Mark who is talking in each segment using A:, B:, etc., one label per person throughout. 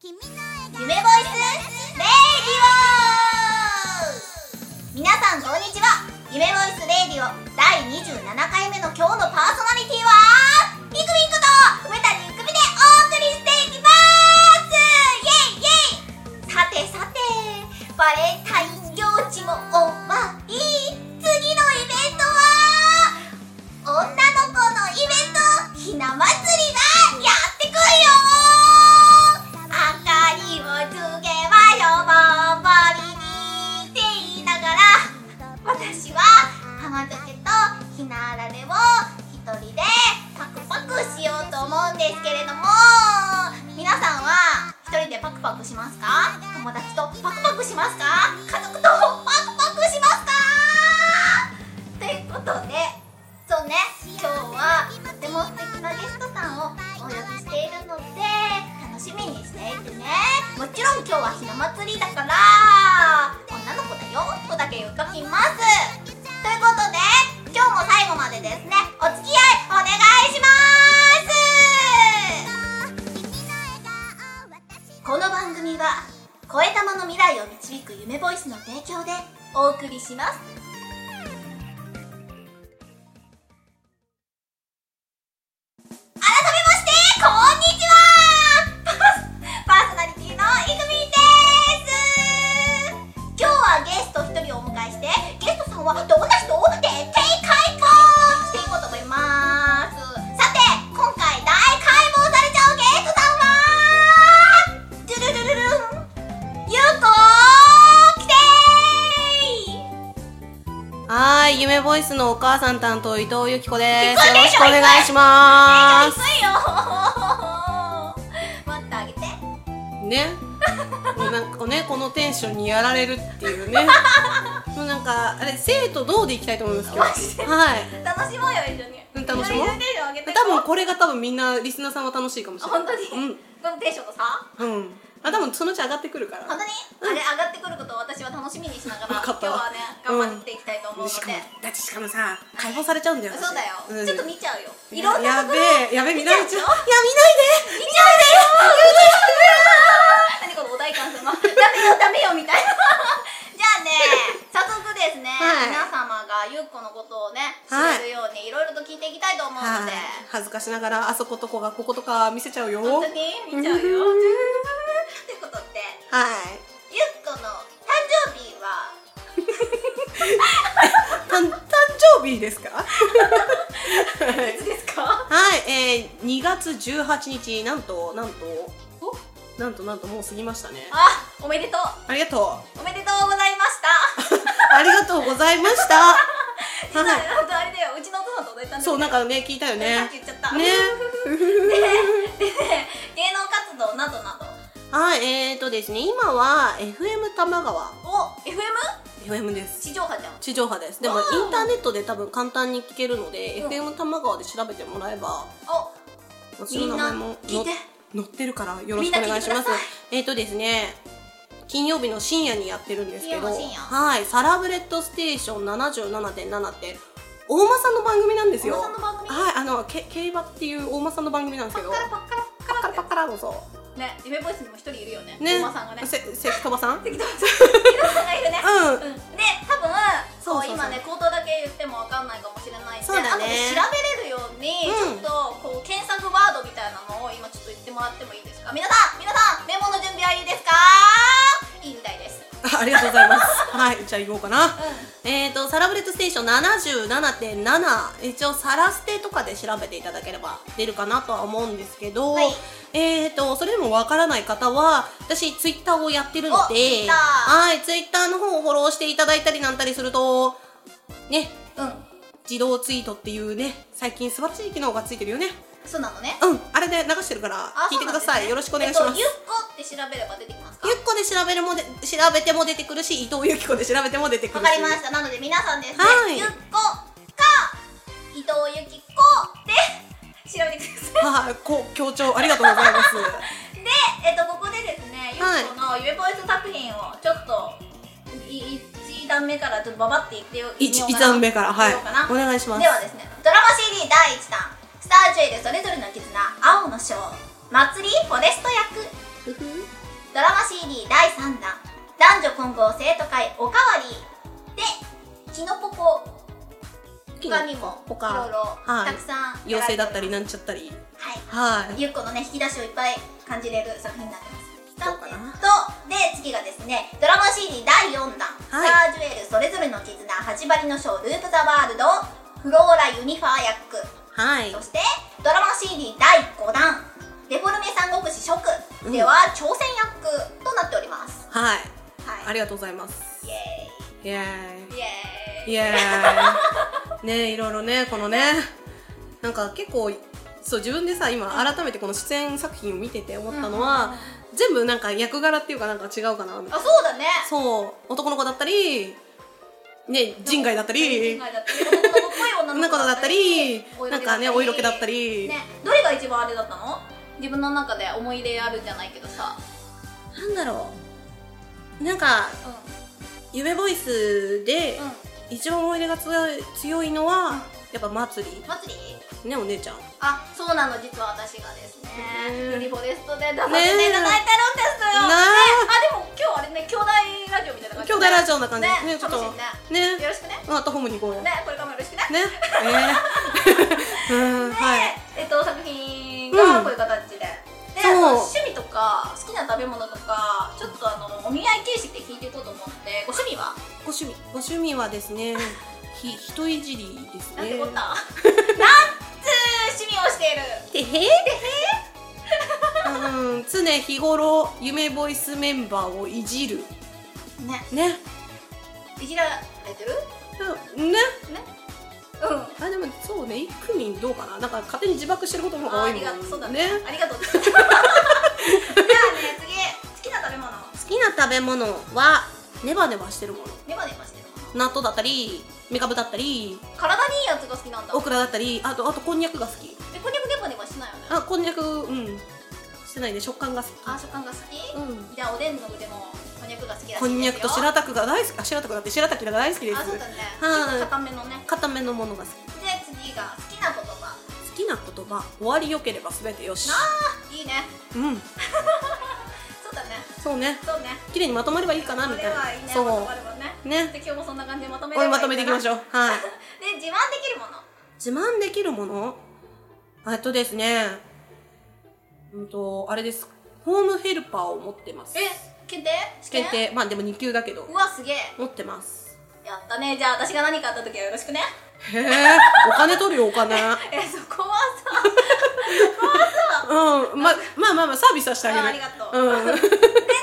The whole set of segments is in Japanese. A: 君の
B: 夢ボイスレイディオ皆さんこんにちは夢ボイスレイディオ第27回目の今日のパーソナリティはビクビクと梅谷ゆくみでお送りしていきますイェイイェイさてさてバレンタイン行事も終わり次のイベントは女の子のイベントひな祭りがやってくるよ明かりをつけましょうぼんぼりにって言いながら私は浜酒とひなあられを一人でパクパクしようと思うんですけれども皆さんは一人でパクパクしますか友達とパクパクしますか家族とパクパクしますかということでそうね今日はとても素敵なゲストさんをお呼びしているので楽しみにしていてねもちろん今日はひな祭りだから女の子だよとだけ言っときますということで今日も最後までですねお付き合いお願いしますこの番組は声玉の未来を導く夢ボイスの提供でお送りします改めましてこんにちはパーソナリティのいくみんです今日はゲスト1人をお迎えしてゲストさんはどんな人徹底解剖していこうと思いますさて今回大解剖されちゃうゲストさんはドゥルルルルンゆうこきてー
C: はーい、夢ボイスのお母さん担当伊藤由紀子で
B: 聞
C: す。
B: こえて
C: よろ
B: る
C: しくお願いしま
B: 低いよ 待ってあげて
C: す。ね、もうなんかね、このテンションにやられるっていう ね。もうなんか、あれ、生とどうでいきたいと思いますけど。
B: マジで
C: はい。
B: 楽しもうよ一緒に
C: うん楽しもう
B: 一緒にテンション上げていこ
C: 多
B: う
C: 分これが多分みんなリスナーさんは楽しいかもしれない。
B: 本当に、このテンションとさ
C: うん。うん。あ、多分そのうち上がってくるか
B: 本
C: ら。
B: 当に、あれ上がってくることを私は楽しみにしながら
C: わ
B: 今
C: かっ
B: 日
C: たわ
B: はね頑張っていきたいと思うので、
C: しかも、だってしかもさ、解放されちゃうんだよ。
B: そうだよ、
C: 私
B: ちょっと見ちゃうよいろんな
C: や
B: と
C: べ
B: ころ
C: え、やべえ、見られちゃう。いや、見ないで
B: 見ちゃうね何このお代官様ダメよダメよみたいな じゃあね早速ですね、
C: はい
B: 皆様がゆっこのことをね知
C: はい
B: れるようにいろいろと聞いていきたいと思うの
C: はい
B: で、
C: 恥ずかしながら、あそことこがこことか見せちゃうよ。
B: 本当
C: はい。
B: に見ちゃうよ
C: うん
B: ってことでゆっこの誕生日は
C: たん誕生日ですかはい
B: いつですか
C: はい、えー、2月18日なんとなんとなんとなんともう過ぎましたね
B: あおめでとう
C: ありがとう
B: おめでとうございました。
C: ありがとうございました
B: 実は
C: はい
B: ね、本当あれだよ、うちのお父さんと同じ誕生日
C: そうなんかね聞いたよ
B: さ
C: ね
B: っき言っちゃった。
C: ね
B: でね芸能活動などなど。
C: はいえーとですね今は FM 玉川
B: お、FM
C: FM です
B: 地上波じゃん。
C: 地上波ですでも
B: わ
C: イ
B: ー
C: ンターネットで多分簡単に聞けるので
B: うん
C: FM 玉川で調べてもらえば
B: お、
C: 私
B: み
C: の
B: ん
C: 名
B: な
C: 前も
B: 聞いて。
C: 載ってるからよろ
B: み
C: しくお願いし
B: んな聞いて
C: ま
B: く
C: す
B: ださい
C: えっ、とですね金曜日の深夜にやってるんですけど
B: 金曜の深夜
C: はいサラブレッドステーション77.7って大間さんの番組なんですよ
B: おさんの番組。
C: はいあのけ競馬っていう大間さんの番組なんで
B: パ
C: すけ
B: ッ
C: ど
B: カラパッカラパッカ
C: パ
B: ラっ
C: ッカラこそ
B: て。ね、夢ボイスにも一人いるよね。
C: ね
B: おまさんがね。
C: せせきとばさんうん
B: 適当に。ひろさんがいるね。
C: うん
B: うん。で、多分。
C: そ
B: こ
C: うそうそう
B: 今ね、口頭だけ言ってもわかんないかもしれないんで、
C: そうだね
B: 後で調べれるように、
C: うん
B: ちょっとこう検索ワードみたいなのを今ちょっと言ってもらってもいいですか皆さん皆さんメモの準備はいいですかいいみたいですう
C: あありがとうございます はいじゃあ行こうかなんえっ、とサラブレッドステーション77.7一応サラステとかで調べていただければ出るかなとは思うんですけど、
B: はい
C: えっ、とそれでもわからない方は私ツイッターをやってるの
B: おツ
C: で
B: イッター
C: はいツイッターの方をフォローしていただいたりなんたりするとね
B: うん
C: 自動ツイートっていうね最近素晴らしい機能がついてるよね
B: そうなのね
C: うんあれで流してるから
B: あ
C: 聞いてください、よろしくお願いし
B: え
C: ま
B: っ
C: す、
B: と、ゆっこって調べれば出てきますか
C: ゆっこで調べるもで調べても出てくるし伊藤由紀子で調べても出てくる
B: わ
C: し
B: かりましたなので皆さんですね、
C: はい
B: ゆっこか伊藤由紀子で調べてください
C: はい、こう強調ありがとうございます。
B: で、えっと、ここでですね、
C: はい
B: ゆっこのゆめボイス作品をちょっとい一段目からちょっとババっていってよ
C: 一
B: みよう
C: 一
B: かな
C: 段目からはい
B: 言おうかな
C: お願いします
B: で。はですねドラマ CD 第1弾「スター J でそれぞれの絆青の章祭りフォレスト役」ふふドラマ CD 第3弾男女混合生徒会おかわりでキノポコ他にも
C: ポ
B: い
C: カ
B: ろいろ
C: はい
B: たくさんやられて
C: 妖精だ
B: ます
C: ったりなんちゃったり
B: はい
C: はい
B: ゆっこのね引き出しをいっぱい感じれる作品になってます
C: そうかな
B: とで次がですねドラマ CD 第4弾「
C: は
B: スター・ジュエルそれぞれの絆始まりのショーループ・ザ・ワールド」「フローラ・ユニファー役
C: はい」
B: そしてドラマ CD 第5弾「デフォルメ三国志諸君」では朝鮮役となっております、
C: は
B: は
C: い
B: い
C: ありがとうございます
B: イエ
C: イエ
B: ーイイエー
C: ーイ
B: イ
C: イエ ーイねいろいろねこのねなんか結構そう自分でさ今改めてこの出演作品を見てて思ったのは、全部なんか役柄っていうかなんか違うかなみたいな
B: あそうだね
C: そう男の子だったりね人外だったり
B: 人外だったり男の子っぽい女
C: 女
B: の
C: の子
B: 子
C: だ
B: だ
C: っ
B: ったた
C: り
B: り
C: なんかねお色気だったり、
B: ね、どれが一番あれだったの自分の中で思い入れあるんじゃないけどさ、
C: なんだろうなんか
B: うん
C: 夢ボイスで
B: うん、
C: 一番思い出が強い強いのはやっぱ祭
B: 祭り
C: りねお姉ちゃん
B: あそうなの実は私がですね
C: ね
B: ユニフォレストで出させていただいてるんですよ、
C: ね
B: あでも今日あれね兄弟ラジオみたいな感じ
C: 兄弟ラジオな感じ
B: ね
C: ねちょっと
B: 楽し
C: ね
B: いねよろしくね
C: うんアットホームに行こうよね
B: ねこれからもよろしくね
C: えーうん
B: で、
C: はい
B: えっと作品
C: う
B: が
C: ん
B: こういう形で、で
C: そう
B: まあ趣味とか好きな食べ物とかちょっとあのお見合い形式で聞いていこうと思ってご趣味は
C: ご趣味ご趣味はですねひ人いじりですね
B: なんてこった、 なんつー趣味をしている
C: てへーうん、常日頃夢ボイスメンバーをいじる
B: ね
C: ね
B: いじられてる
C: うんね
B: ねうん
C: あでもそうねいくみんどうかななんか勝手に自爆してることの方が
B: あ
C: 多
B: あ
C: いも
B: り
C: ん
B: がとうそうだね
C: ね
B: ありがとう じゃあね次好きな食べ物
C: 好きな食べ物はネバネバしてるもの
B: ネバネバしてるもの
C: 納豆だったりメカブだったり
B: 体にいいやつが好きなんだ
C: オクラだったりあとあとこんにゃくが好き
B: えこんにゃくネバネバしないよね
C: あこんにゃくうんしてないね食感が好き
B: あ食感が好き、
C: うん
B: じゃあおでんの具でもこんにゃくが好きらしいですよ
C: こんにゃくと
B: あ
C: 白滝が大好きあ白滝だって白滝が大好きです
B: そうだね
C: はい
B: ちょっと固めのね
C: 固めのものが好
B: で次が好きな言葉
C: き好きな言葉終わりよければ全てよし
B: あいいね
C: うん
B: そうだね
C: そうね
B: そうね
C: 綺麗にまとまればいいかなみ
B: こ
C: た
B: れ
C: いな
B: はいいね
C: そう
B: まとまればね
C: ね
B: で今日もそんな感じでまとめれ
C: こ
B: ば
C: れまとめていきまし
B: ょう
C: ょうはい
B: で自慢できるもの
C: 自慢できるものえっとですねうんとあれですホームヘルパーを持ってます
B: え検定
C: 検定まあでも2級だけど
B: うわすげえ
C: 持ってます
B: やったねじゃあ私が何かあった時はよろしくね
C: へえお金取るよお 金
B: えそこはさ
C: うんままあまあまあサービスはしてあげる
B: あありがとう
C: うん、でね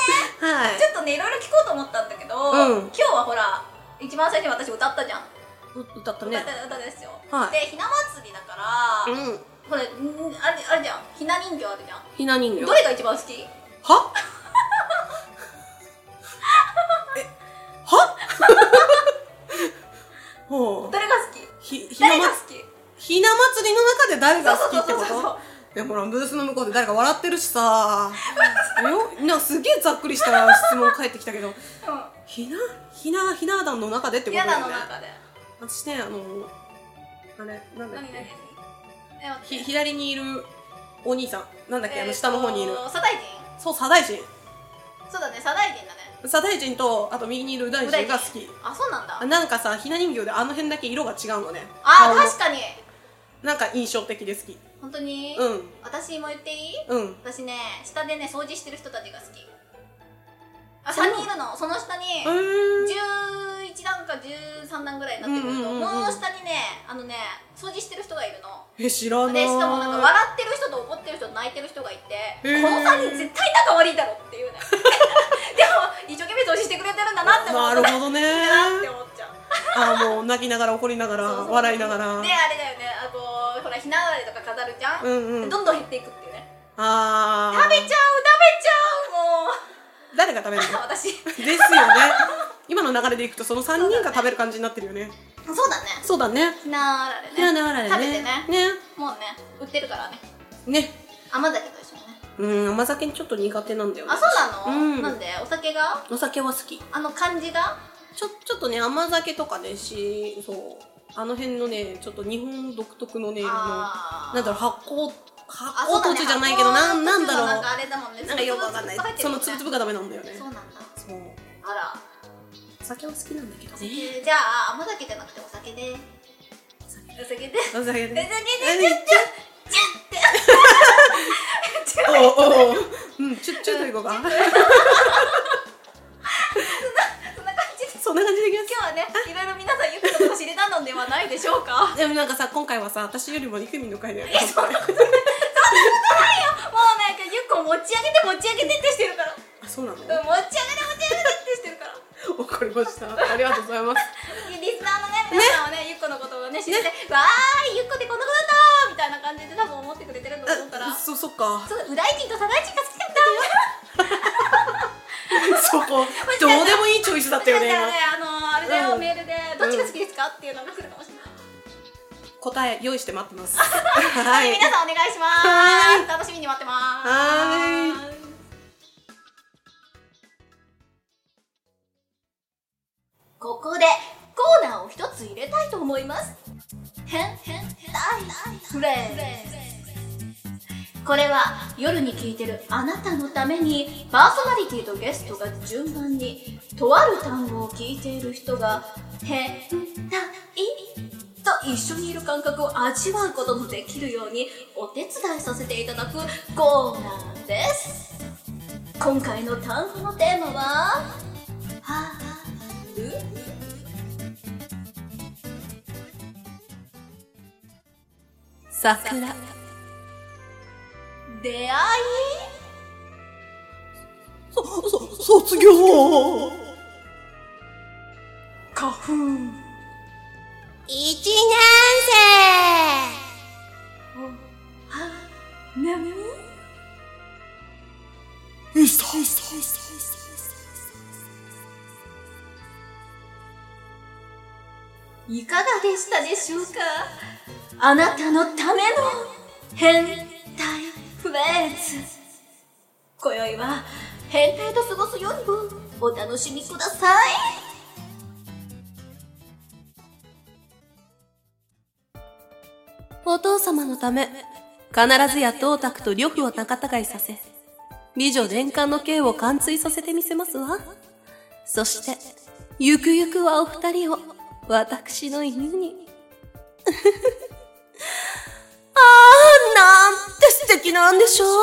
C: はい
B: ちょっとねいろいろ聞こうと思ったんだけど、
C: うん
B: 今日はほら一番最初に私歌ったじゃん
C: う歌った
B: 歌
C: ね
B: った歌ですよ、
C: はい
B: でひな祭りだから、
C: うん
B: これんあれあれじゃんひな人形あるじゃん
C: ひな人形
B: どれが一番好き
C: はえは ほう
B: 誰が好き
C: ひひな
B: 誰が好
C: ま
B: き
C: ひな祭りの中で誰が好きって
B: そう
C: こ
B: そうそうそう
C: といやほらブースの向こうで誰か笑ってるし さよなんかすげえざっくりした質問返ってきたけど
B: う
C: ひなひなひな壇の中でって
B: ん
C: こ
B: 嫌
C: と
B: な
C: だよ
B: の
C: ね
B: 中で
C: 私ねあのあれなんだっ
B: 何何何
C: け
B: え待って
C: ひ左にいるお兄さんなんだっけ、あの下の方にいる
B: えーと左大臣
C: そう左大臣
B: そうだね左大臣だね
C: 左大臣とあと右にいる右大臣が好き
B: あそうなんだ
C: あなんかさひな人形であの辺だけ色が違うのね
B: あ
C: 顔の
B: 確かに
C: なんか印象的で好き
B: 本当に、
C: うん
B: 私も言っていい
C: うん
B: 私ね下でね掃除してる人たちが好きあ
C: そう
B: 3人いるのその下に
C: うーん
B: 11段か13段ぐらいになってくる
C: うんうんうんう
B: と
C: ん
B: もう下にねあのね掃除してる人がいるの
C: え知らない
B: でしかもなんか笑ってる人と怒ってる人と泣いてる人がいて、
C: ー
B: この3人絶対仲悪いだろっていうね でも一生懸命掃除してくれてるんだなって思
C: な
B: う
C: る
B: と
C: ほどね
B: いいなって思っちゃう
C: あもう泣きながら怒りながら
B: そうそうそう
C: 笑いながら
B: であれだよねあこうほらひな壇とか飾るじゃん、
C: うんうん
B: どんどん減っていくっていうね
C: あ
B: 食べ
C: ー
B: ちゃう
C: 誰が食べる
B: 食べちゃうもう私
C: のですよね今の流れでいくとその3人が食べる感じになってるよね
B: そうだね
C: そうだね
B: ひなあられね
C: ひなあられね
B: 食べてね
C: ね
B: もうね売ってるからね
C: ね
B: 甘酒と一緒にね
C: うん甘酒ちょっと苦手なんだよね
B: あそうなの、
C: うん
B: なんでお酒が
C: お酒は好き
B: あの感じが
C: ちょちょっとね甘酒とかねしそうあの辺のねちょっと日本独特のねあの
B: あー
C: なんだろう発酵
B: あそう
C: 発
B: だ
C: 酵
B: ね
C: 糖じゃないけどな
B: 発
C: ん
B: 酵
C: なんだろう
B: なんかあれだもんね
C: なんかよくわかんない
B: 粒々
C: そ
B: 入
C: の
B: って
C: つぶ
B: るもん
C: つぶ
B: ね
C: がダメなんだよね
B: そうなんだ
C: そう
B: あら
C: お酒は好きなんだけどね
B: じゃあ甘酒じゃなくてお酒で
C: お酒
B: お酒で
C: お酒
B: お酒で
C: ね
B: ちょっと
C: おうおううんちょちょっといこうか
B: そんな感じで
C: そんな感じでいきます
B: 今日はねいろいろ皆さんゆくのことを知れたのではないでしょうかもう
C: でもなんかさ今回はさ私よりもりくみんの回だよ
B: なんかゆっこ持ち上げて持ち上げてってしてるからうん
C: あそうなの
B: 持ち上げて持ち上げてってしてるから
C: わかりましたありがとうございます
B: リスナーのね皆さんはねゆっこのことをね知って、わーいゆっこってこんなことだったみたいな感じで多分思ってくれてると思うから
C: あそそっか
B: そう右大臣と左大臣が好きだった
C: そこどうでもいいチョイスだったよね
B: だ
C: 今
B: からねあのーあれだよ、
C: うん
B: メールでどっちが好きですかっていうのが来るかもしれない、
C: 答え用意して待ってます はい
B: 皆さんお願いします
C: は
B: 楽しみに待ってます
C: は
B: ここでコーナーを一つ入れたいと思います変変変フレーズこれは夜に聞いてるあなたのためにパーソナリティとゲストが順番にとある単語を聞いている人が変ないと一緒にいる感覚を味わうことのできるようにお手伝いさせていただくコーナーです今回の単語のテーマはハール
C: 桜
B: 出会い
C: そそ卒業
B: 花粉
A: 一年生
B: なむ
C: いっさいっさいっさいっさ
B: いかがでしたでしょうかあなたのための変態フレーズ今宵は変態と過ごす夜をお楽しみください
C: お父様のため必ずや当宅と旅費を仲違いさせ美女全巻の刑を完遂させてみせますわそしてゆくゆくはお二人を私の犬に ああなんて素敵なんでしょう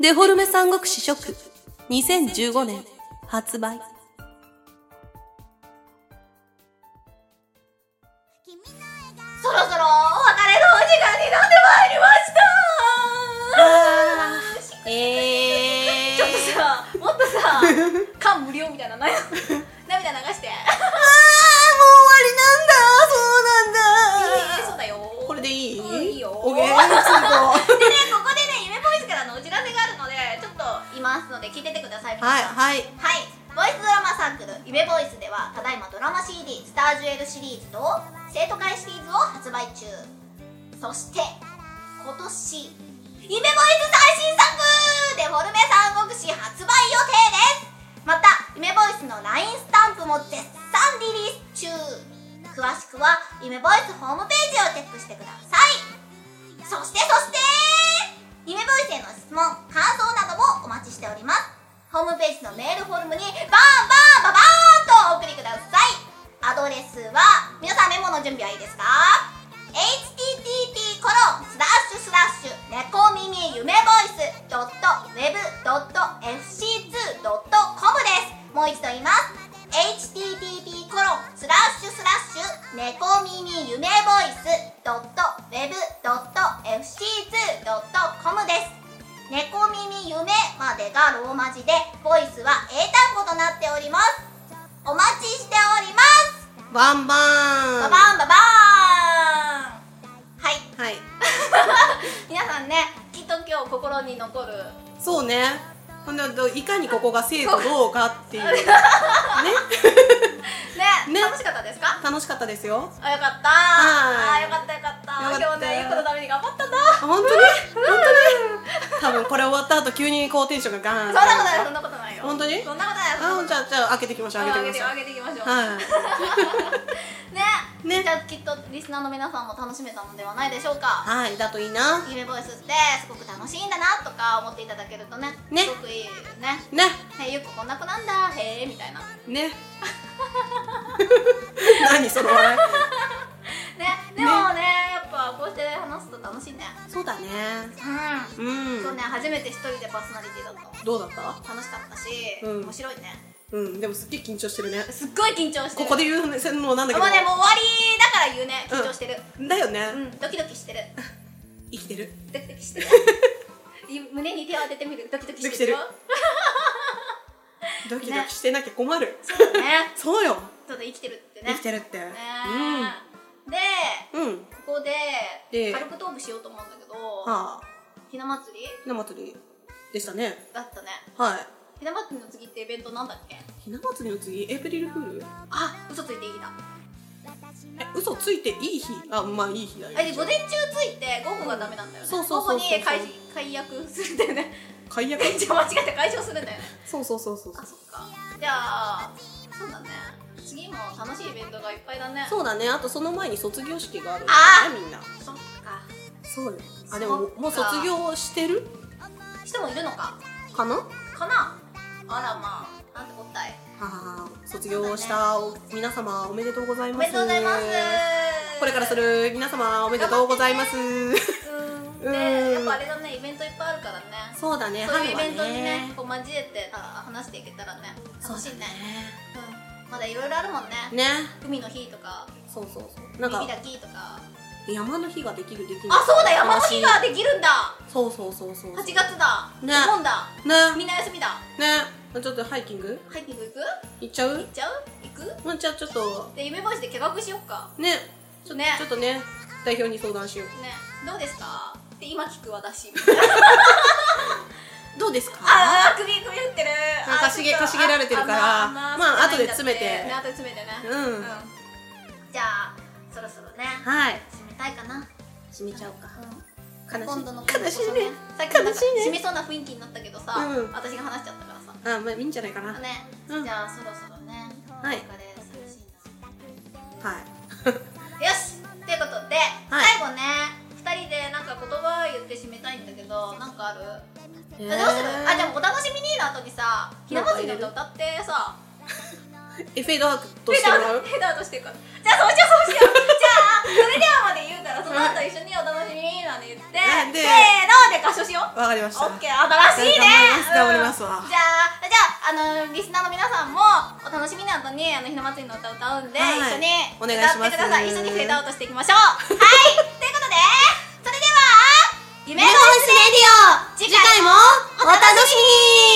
C: デフォルメ三国志食2015年発売
B: そろそろお別れのお時間になってまいりました
C: え
B: ちょっとさ、もっとさ、感無量みたいなの ないの涙流して。えー、そうだよ
C: これでいい、
B: うんいいよ
C: オッケー次行こ
B: でね、ここでね、夢ボイスからのお知らせがあるので、ちょっといますので聞いててください。
C: うはいはい
B: はい、ボイスドラマサークル「夢ボイス」ではただいまドラマ CD「スタージュエル」シリーズと生徒会シリーズを発売中そして今年「夢ボイス」最新作「デフォルメ三国志」発売予定ですまた「夢ボイス」の LINE スタンプも絶賛リリース中詳しくは「夢ボイス」ホームページをチェックしてくださいそしてそして夢ボイスへの質問感想などもお待ちしておりますホームページのメールフォームにバンバンババーンとお送りくださいアドレスは皆さんメモの準備はいいですか http コロンスラッシュスラッシュ猫耳夢ボイス .web.fc2.com ですもう一度言います http コロンスラッシュスラッシュ猫耳夢ボイス .web.fc2.com です猫耳夢までがローマ字でボイスは英単語となっておりますお待ちしております、
C: バンバーン
B: ババンババーンはい
C: はい
B: 皆さんねきっと今日心に残る
C: そうねほんでいかにここが生徒どうか っていうね
B: ね
C: ね
B: 楽しかったですか
C: 楽しかったですよ
B: あよかった
C: は
B: あ
C: い
B: よかったよかった
C: よかった
B: 今日ねゆっこのために頑張ったんだ
C: あ本当に本当に多分これ終わった後急にこうテンションがガーン
B: そんなことないそんなことないよ
C: 本当に
B: そんなことない
C: あじゃあじゃあ開けていきましょう開けていきましょう
B: あげていきましょう
C: はい
B: ね
C: ね
B: じゃあきっとリスナーの皆さんも楽しめたのではないでしょうか
C: はいだといいな
B: 夢ボイスってすごく楽しいんだなとか思っていただけるとね
C: ね
B: すごくいいよね
C: ね
B: えゆっここんな子なんだへえみたいな
C: ね 何その笑
B: ねでもねやっぱこうして話すと楽しいね
C: いそうだね
B: うん
C: う
B: そうね
C: ん
B: 初めて一人でパーソナリティだった
C: どうだった
B: 楽しかったし、
C: うん
B: 面白いね
C: うんでもすっげえ緊張してるね
B: すっごい緊張して
C: こ
B: る
C: こで言うのなんだけ
B: まあねもう終わりだから言うね緊張してる
C: どだよ
B: うん、
C: ね
B: ドキドキしてる
C: 生きてる
B: ドキドキしてる い胸に手を当ててみるドキドキしてるよ
C: ドキドキしてなきゃ困る
B: そうだね
C: そうよ
B: ちょっと生きてるってね
C: 生きてるって
B: ねで
C: うんうん
B: ここで
C: で
B: 軽くトークしようと思うんだけど
C: はあ
B: ひな祭り
C: ひな祭りでしたね
B: だったね
C: はい
B: ひな祭りの次ってイベントなんだっけ
C: ひな祭りの次エイプリルフール
B: あ嘘ついていい日だ
C: え嘘ついていい日あまあいい日だよ
B: あで午前中ついて午後がダメなんだよね
C: そうそうそうそう
B: 午後に解解約するんだよね
C: 解約
B: じゃあ間違って解消するんだ よね
C: そうそうそうそう
B: あそっかじゃあそうだね次も楽しいイベントがいっぱいだね
C: そうだねあとその前に卒業式があるんだよねみんな
B: そっか
C: そうよあでも
B: そ
C: も
B: っ
C: う
B: か
C: もう卒業してる
B: 人もいるのか
C: かな
B: かなあらまあなんてこったい
C: あー卒業したお皆様おめでとうござい
B: お
C: ま
B: めで
C: す
B: とうございます
C: これからする皆様おめでとうございます
B: うん
C: うん
B: でやっぱあれだねイベントいっぱいあるからね
C: そうだね
B: そういうイ
C: 春は
B: ベントにねこう交えてあ話していけたらね楽しいねうん、まだいろいろあるもんね
C: ね
B: 海の日とか
C: そうそうそうなん
B: 耳
C: か
B: だきとか
C: 山の日ができるできる
B: あそうだ山の日ができるんだ
C: そうそうそうそう
B: 8月だ、
C: ね
B: お盆だみ
C: ね
B: んな休みだ
C: ねちょっとハイキング
B: ハイキング行く
C: 行っちゃ
B: 行
C: う
B: っちゃう行く
C: まあじゃあちょっと
B: で夢ボイスで計画しよっか
C: ね
B: ちょね
C: ちょっとね代表に相談しよう
B: ねどうですかって今聞く 私
C: どうですか
B: ああ首首振ってる
C: なんか
B: あー
C: かしげ
B: ちょっと
C: かしげられてるから
B: あまあ
C: まあ
B: そうじゃないんだ
C: 後で詰
B: っ
C: めて
B: ね後で詰めてね
C: うん
B: うんじゃあそろそろね
C: はい
B: 締めたいかな
C: 閉めちゃおうか悲しい
B: 今度の
C: 悲しいね
B: さっきなんか
C: 悲しいね
B: 締めそうな雰囲気になったけどさ
C: うん
B: 私が話しちゃったからさ
C: あまあいいんじゃないかなはい
B: ね
C: うん
B: じゃあそろそろね
C: はい
B: お別れ寂しいなよしということで、
C: はい
B: 最後ね2人でなんか言葉言って締めたいんだけどなんかある、あ
C: ど
B: どうするあでもお楽しみにの後にさひな祭りの歌歌ってさ
C: えフェードアウト
B: フェ
C: し
B: ー
C: ても
B: ドアウ
C: らう
B: トフェ ードアウトしてるからじゃあそうしようそうしようじゃあそれではまで言うからその後一緒にお楽しみになんて言って
C: なんで
B: せーので合唱しよう
C: わかりました
B: オッケー新しいね
C: 頑張ります頑張
B: う
C: りますわ
B: んじゃあじゃああのリスナーの皆さんもお楽しみの後にあのひな祭りの歌を歌うんで、
C: はい
B: 一緒に
C: お願い
B: 歌
C: し
B: っ
C: ます
B: てください一緒にフェードアウトしていきましょう はいということで それでは夢ボイスレディオ次回もお楽しみに